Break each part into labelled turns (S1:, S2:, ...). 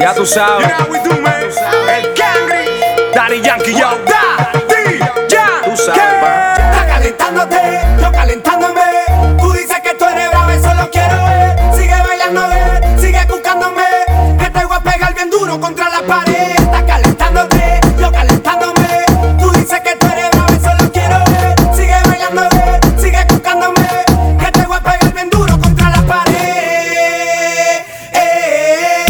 S1: Ya tú sabes.
S2: You know how we do, man. El Cangri.
S1: Daddy Yankee, yo.
S2: Da, di, ya.
S1: Tú sabes,
S2: que-
S1: pa.
S3: Está calentándote, yo calentándome. Tú dices que tú eres bravo, eso lo quiero ver. Sigue bailando, ver, sigue buscándome. Que te voy a pegar bien duro contra la pared. Está calentándote, yo calentándome. Tú dices que tú eres bravo, eso lo quiero ver. Sigue bailando, ver, sigue buscándome. Que te voy a pegar bien duro contra la pared. Eh,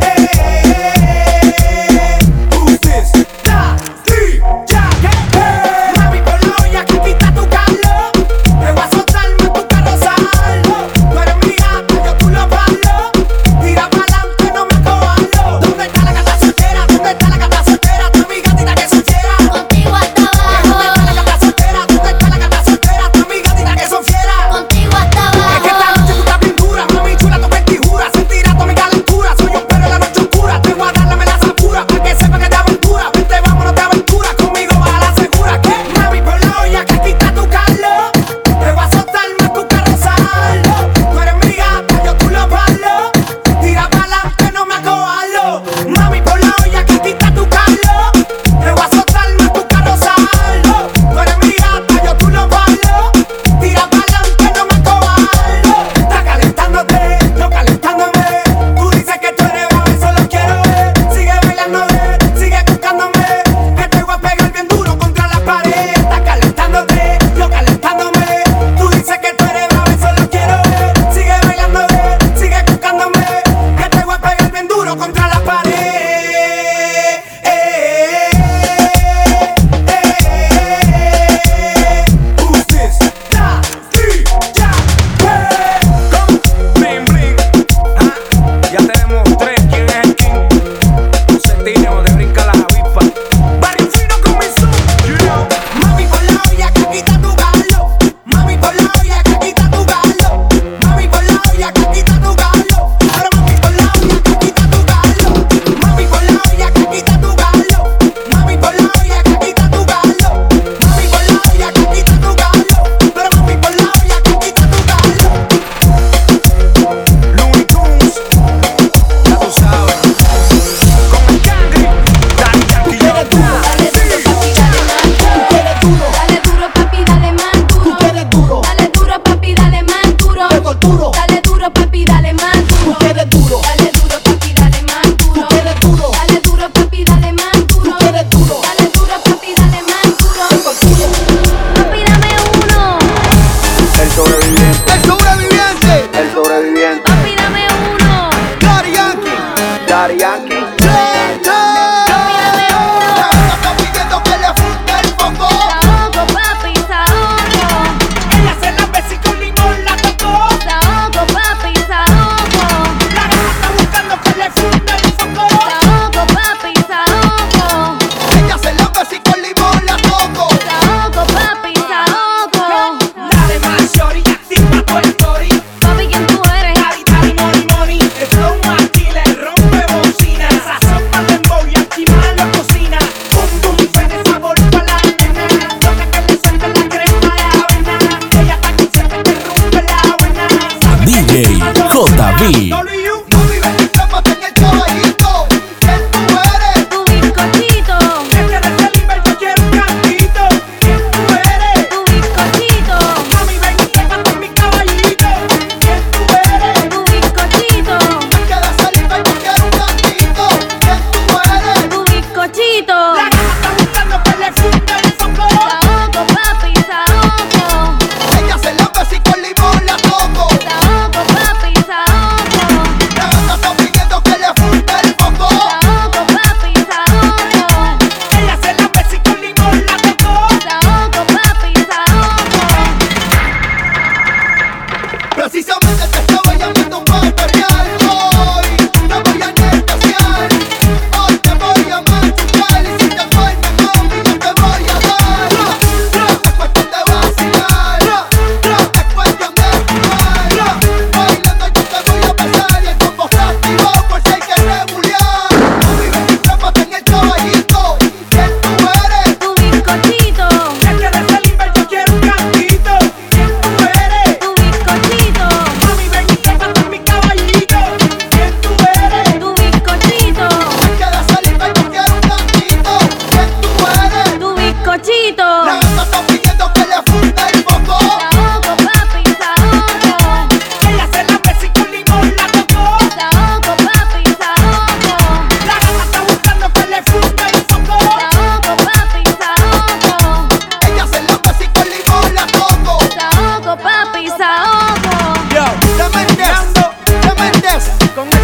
S3: eh, eh, eh, eh. Who's this? Da, di, ya. Mami, ponlo y aquí quita tu calor. Te voy a soltar más tu carrozal. Tú eres mi gato, yo tú lo palo. Tira pa'lante, no me acobalo. ¿Dónde está la gata soltera? ¿Dónde está la gata soltera? Tu mi gatita que soltera.
S4: Contigo hasta
S3: ¿Dónde está la
S4: abajo,
S3: gata soltera? ¿Dónde está la gata soltera? Tu mi gatita que son fiera.
S4: contigo hasta
S3: Es que esta noche tú
S4: abajo.
S3: estás bien dura, mami chula, tu vestidura Sentirá toda mi calentura, soy un perro en la noche oscura Te voy a dar la melaza pura, pa' que sepa que te aventura Vente, vámonos de aventura, conmigo vas a la segura Que mami, ponlo ya que aquí está tu calor Te voy a soltar más tu carrozal Tú eres mi gata, yo tú lo palo Tira pa'lante, no me acobalo Mami, ponlo ya que aquí está tu calor Te voy a soltar más tu carrozal Tú eres mi gata, yo tú lo palo Tira pa'lante, no me acobalo Está calentándote, yo calentándome Tú dices que tú eres bravo, eso lo quiero ver Sigue bailándome, sigue buscándome Que te voy a pegar bien duro contra la pared Está calentándote, yo calentándome Tú dices que tú eres bravo, eso lo quiero ver Sigue bailándome, sigue buscándome Que te voy a pegar bien duro contra la pared Eh, eh, eh, eh, eh. Who's this? Da, di, ya, eh.
S1: Bling, bling. Ah, Ya te demostré quién es el king. Tú sentí donde brinca la avispas.
S3: Barifino comenzó, you know. Mami por la olla que quita tu galo. Mami por la olla que quita tu galo. Mami por la olla que quita tu galo. Pero mami por la olla que quita tu galo. Mami por la olla que quita tu galo. Mami por la olla que quita tu galo. Mami por la olla que quita tu galo. Pero mami por la olla que quita tu galo.
S1: Looney Tunes. Ya tú sabes. Con el Cangri. Daddy Yankee, yo.
S5: Dale duro, papi, dale más duro. Dale duro, papi, dale más duro. Dale duro, papi, dale más duro. Dale duro, papi, dale más duro. Dale duro, papi, dale más duro. Dale duro, papi, dale más duro. Dale duro, papi, dale más duro.
S4: Papi, dame uno,
S6: El sobreviviente,
S7: El sobreviviente,
S6: el sobreviviente.
S4: papi, dame uno,
S7: Daddy Yankee.
S6: Daddy Yankee.
S7: Tres, tres. Ya me está pidiendo que le funde el foco.
S4: saoco, papi, saoco,
S3: Ella se la besí con limón, la tocó.
S4: saoco, papi, saoco,
S3: La gata está buscando que le funda el foco.
S4: saoco, papi, saoco,
S7: Ella se la besa y con limón la toco.
S4: saoco, papi, saoco.
S3: Dale más shorty, activa tu story
S4: Papi, ¿quién tú eres?
S3: Dari, dari, money, money El flow más killer, rompe bocina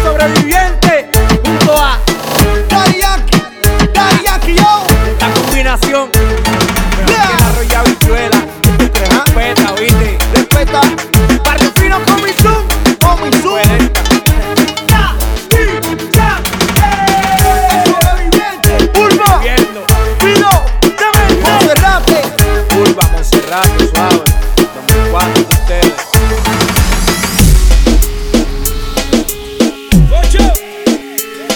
S2: sobreviviente junto a
S3: Daddy Yankee, Daddy Yankee, yo.
S2: la combinación. Arroz y habichuela,
S3: Ajá.
S2: peta, viste.
S3: Respeta,
S2: Barrio fino con mi zoom.
S3: homie, zoom. El sobreviviente. Pulpa,
S2: Viendo.
S3: Pino, Monserrate.
S2: Curva, Monserrat, suave. 2004, ustedes. Ocho.
S1: eh,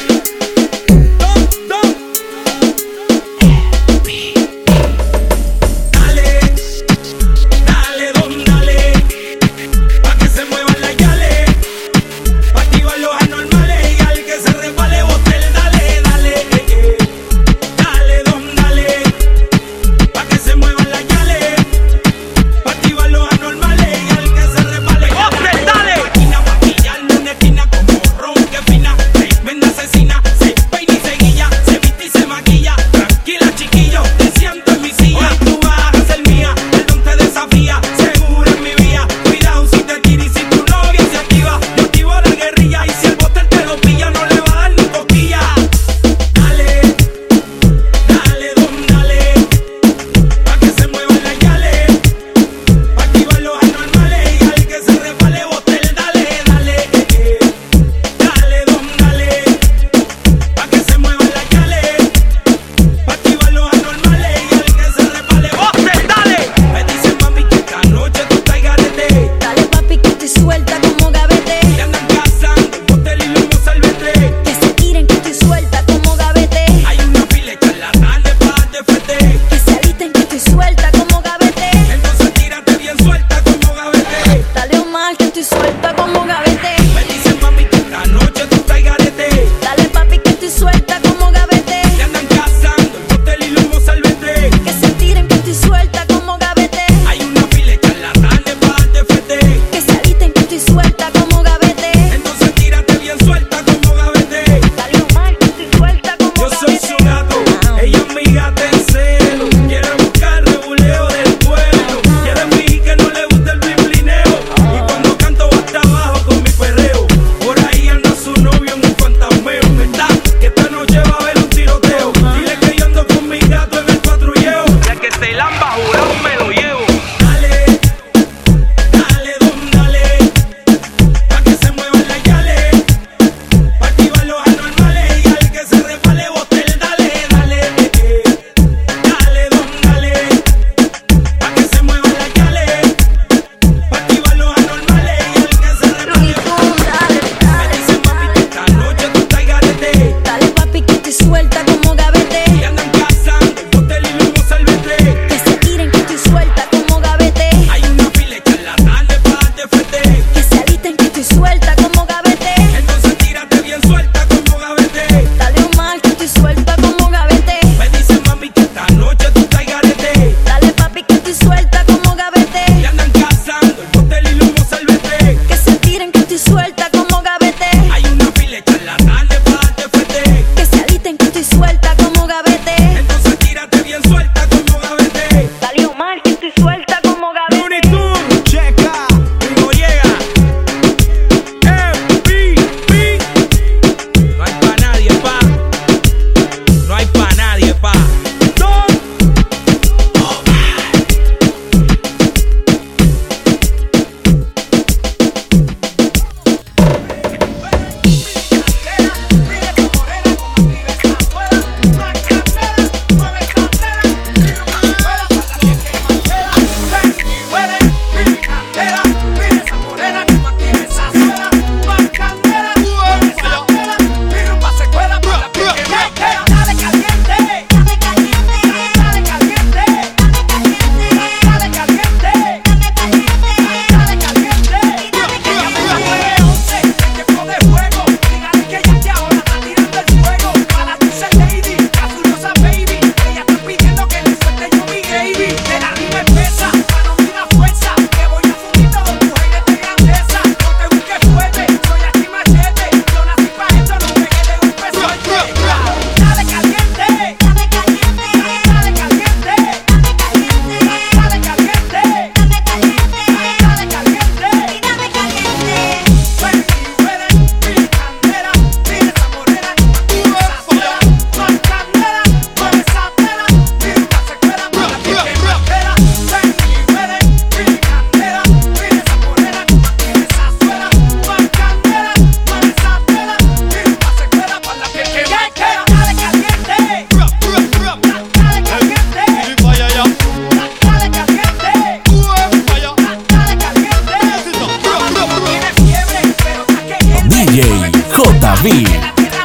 S8: beat.
S9: La tierra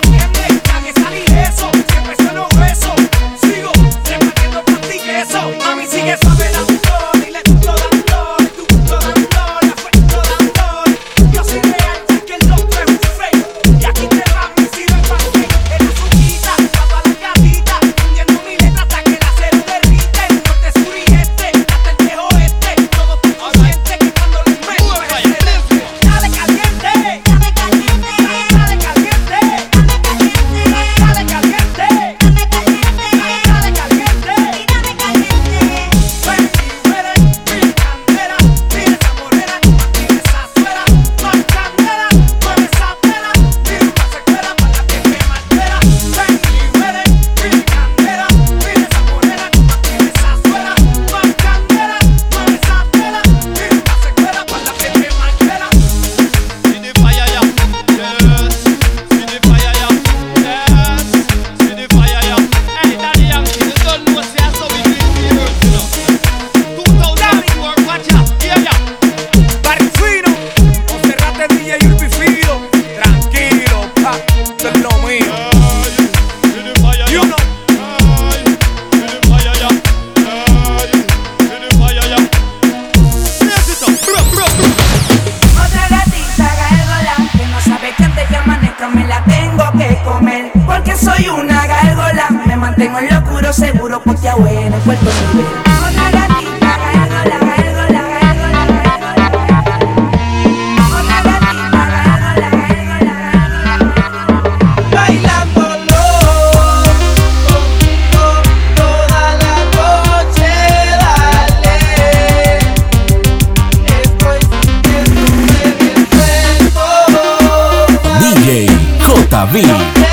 S9: muerte, pa' que salir eso. Siempre sueno grueso. Sigo repartiendo eso. Mami, sigue suave, la flor. Dile tu flor, la flor. Tu flor, la flor. La flor, la flor. Yo soy real, porque el otro es un fake. Y aquí te va mi sirve el pancake. En la suquita, tapa la carita. Hundiendo mi letra hasta que la cero derrite. Norte, sur y este. Hasta el viejo este. Todo tu consciente, quitándole el medio. Dale caliente. Dale caliente. Dale caliente. Dale caliente. Dale caliente. Dale caliente. Dale caliente. Dale caliente. Ven y veré mi candela. Mira esa morena. Mira esa suela. Más candela. Mueve esa vela. Mira más secuela. Para que me altera. Ven y veré mi candela. Mira esa morena. Mira esa suela. Más candela. Mueve esa vela. Mira más secuela. Para que me altera.
S10: Barfino, Monserrate DJ y Urbi Fido. Tranquilo, pa, esto es lo mío. You know,
S11: Otra gatita gárgola que no sabe que antes llama negra me la tengo que comer porque soy una gárgola me mantengo en lo oscuro seguro porque abuela en Puerto Rico. Otra gatita gárgola, gárgola, gárgola, gárgola. Otra gatita gárgola, gárgola, gárgola.
S8: DJ JB.
S3: Quiero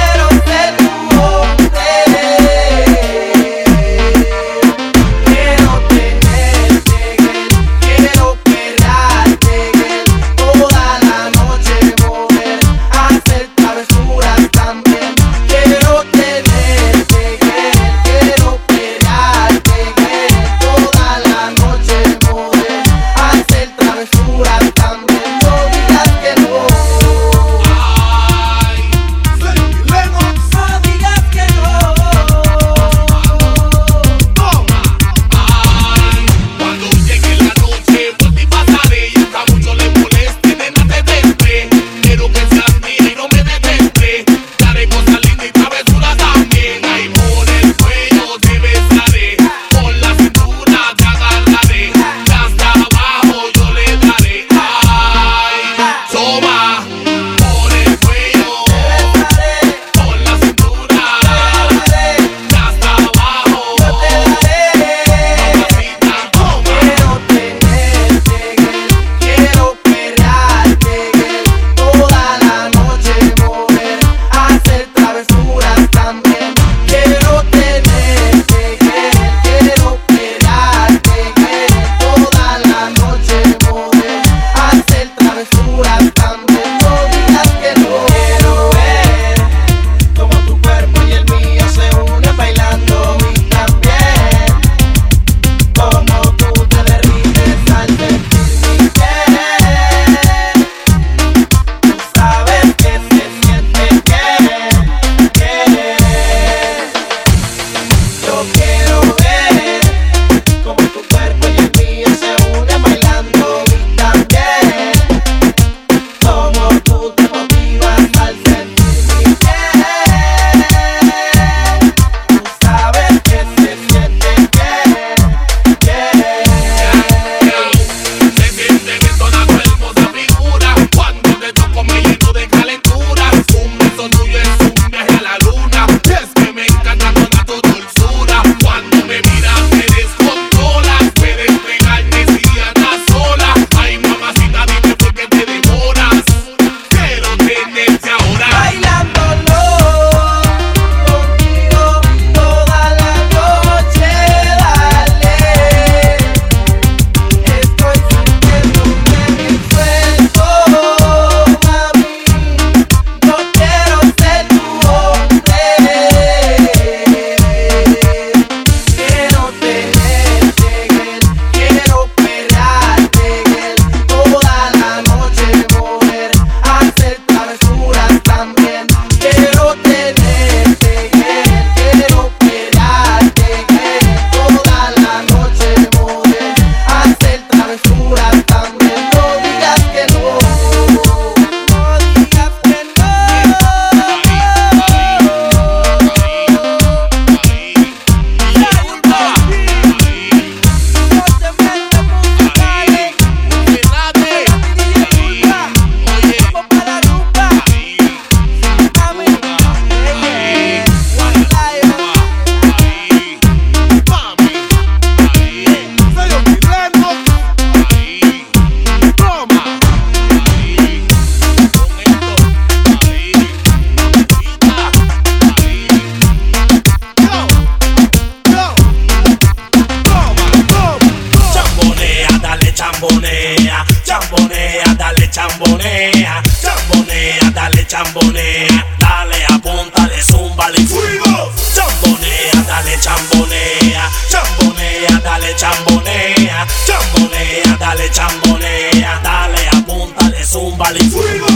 S12: chambonea, dale, apóntale, zúmbale, fuego. Chambonea, dale, chambonea, chambonea, dale, chambonea, chambonea, dale, chambonea, dale, apóntale, zúmbale, fuego.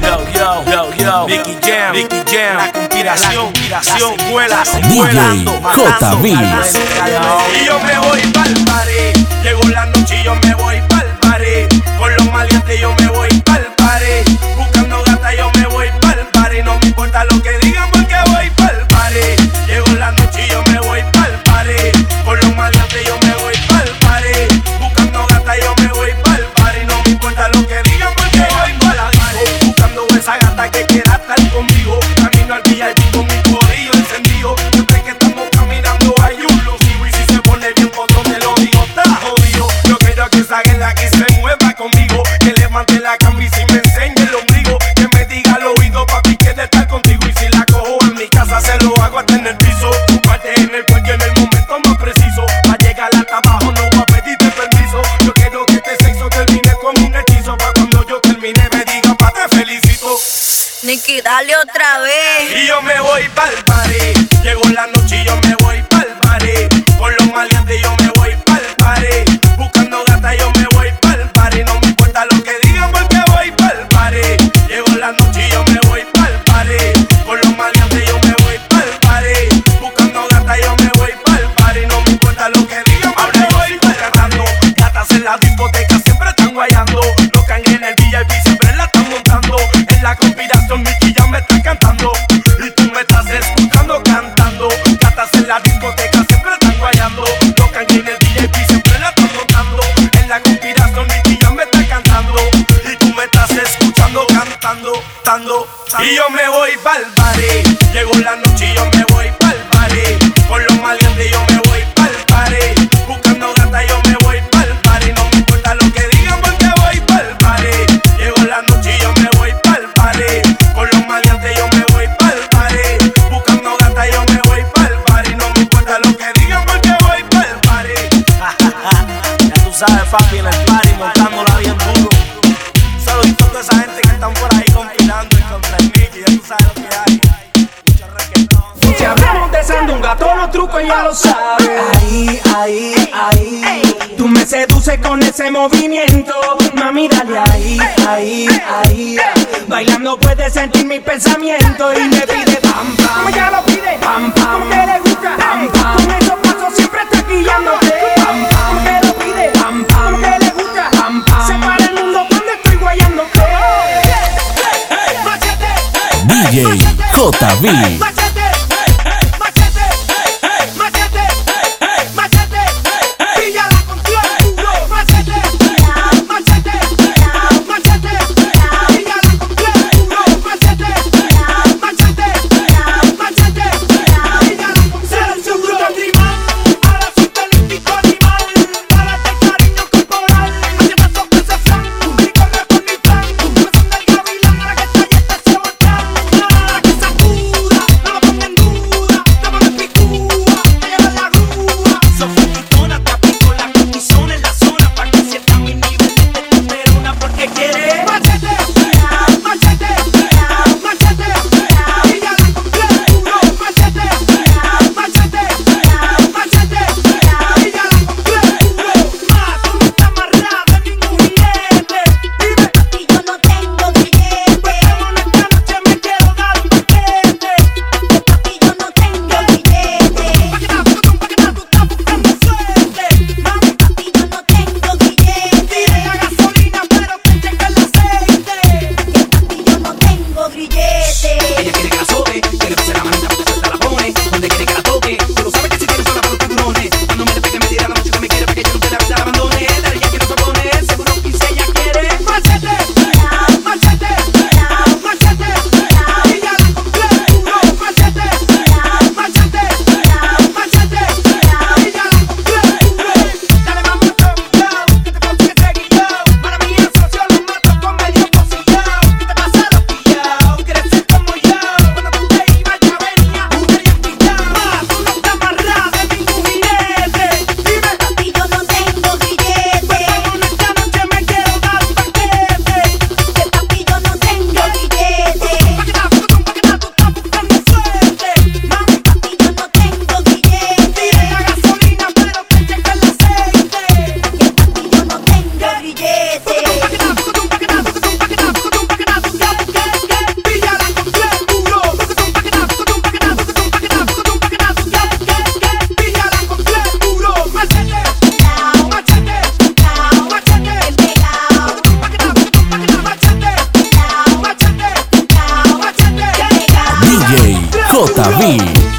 S1: Yo, yo, yo, yo. Vicky Jam, Vicky Jam. La conspiración, la conspiración. Vuela,
S2: DJ JB.
S1: Y yo me voy pa'l party. Llegó la noche y yo me voy pa'l party. Con los maleantes yo me voy pa'l party. Buscando gata yo me voy pa'l party. No me importa lo que digan porque voy pa'l party. Llegó la noche y yo me voy pa'l party. Con los maleantes yo me voy pa'l party. Buscando gata yo me voy pa'l party. No me importa lo que digan porque voy pa'l party. Buscando esa gata que quiera estar conmigo. Camino al VIP con mi corillo encendido. Siempre que estamos caminando hay un lucido. Y si se pone bien otro te lo digo, está jodido. Yo quiero que esa la que se mueva conmigo. Que levante la camisa y me enseñe el ombligo. Que me diga al oído, papi, que de estar contigo. Y si la cojo en mi casa, se lo hago hasta en el piso. Tu parte en el cuello en el momento más preciso. Pa' llegar hasta abajo, no voy a pedirte permiso. Yo quiero que este sexo termine como un hechizo. Pa' cuando yo termine, me diga, pa' te felicito.
S5: Nicky, dale otra vez.
S1: Y yo me voy pa'l party. Llegó la noche y yo me voy pa'l party. Con los maleantes yo me voy pa'l party. Buscando gata yo me voy pa'l party. No me importa lo que digan porque voy pa'l party. Llegó la noche y yo me voy pa'l party. Con los maleantes yo me voy pa'l party. Buscando gata yo me voy pa'l party. No me importa lo que digan porque voy pa'l party. Gatas en la discoteca siempre están guayando. Los cangues en el VIP siempre la están montando. En la conspiración Mickey ya me está cantando. Y tú me estás escuchando cantando. Gatas en la discoteca siempre están guayando. Los cangues en el VIP siempre la están montando. En la conspiración Mickey ya me está cantando. Y tú me estás escuchando cantando, cantando. Y yo me voy pa'l party. Llegó la noche y yo me voy pa'l party. Con los maleantes yo me voy pa'l party. Buscando gata yo me voy pa'l party. No me importa lo que digan porque voy pa'l party. Llegó la noche y yo me voy pa'l party. Con los maleantes yo me voy pa'l party. Buscando gata yo me voy pa'l party. No me importa lo que digan porque voy pa'l party. ya tú sabes, papi, en el party montándola bien duro. Saludito a toda esa gente que están por ahí confinando y contra el Mickey. Ya tú sabes lo que hay. Mucho reggaetón.
S2: Si hablamos de sandunga, todos los trucos ya lo sabes. Ahí, ahí, ahí. Tú me seduces con ese movimiento. Mami, dale ahí, ahí, ahí. Bailando puedes sentir mis pensamientos y me pide pam, pam.
S9: Como ya lo pide,
S2: pam, pam.
S9: como que le gusta,
S2: pam,
S9: ey.
S2: pam.
S9: Con esos pasos siempre está guiándote.
S2: Pam, pam.
S9: Como que lo pide,
S2: Pam, pam.
S9: como que le gusta,
S2: Pam, pam.
S9: se para el mundo cuando estoy guayándote.
S2: DJ JB.
S9: Para que esta fiesta se voltea, la que sacuda, no JB.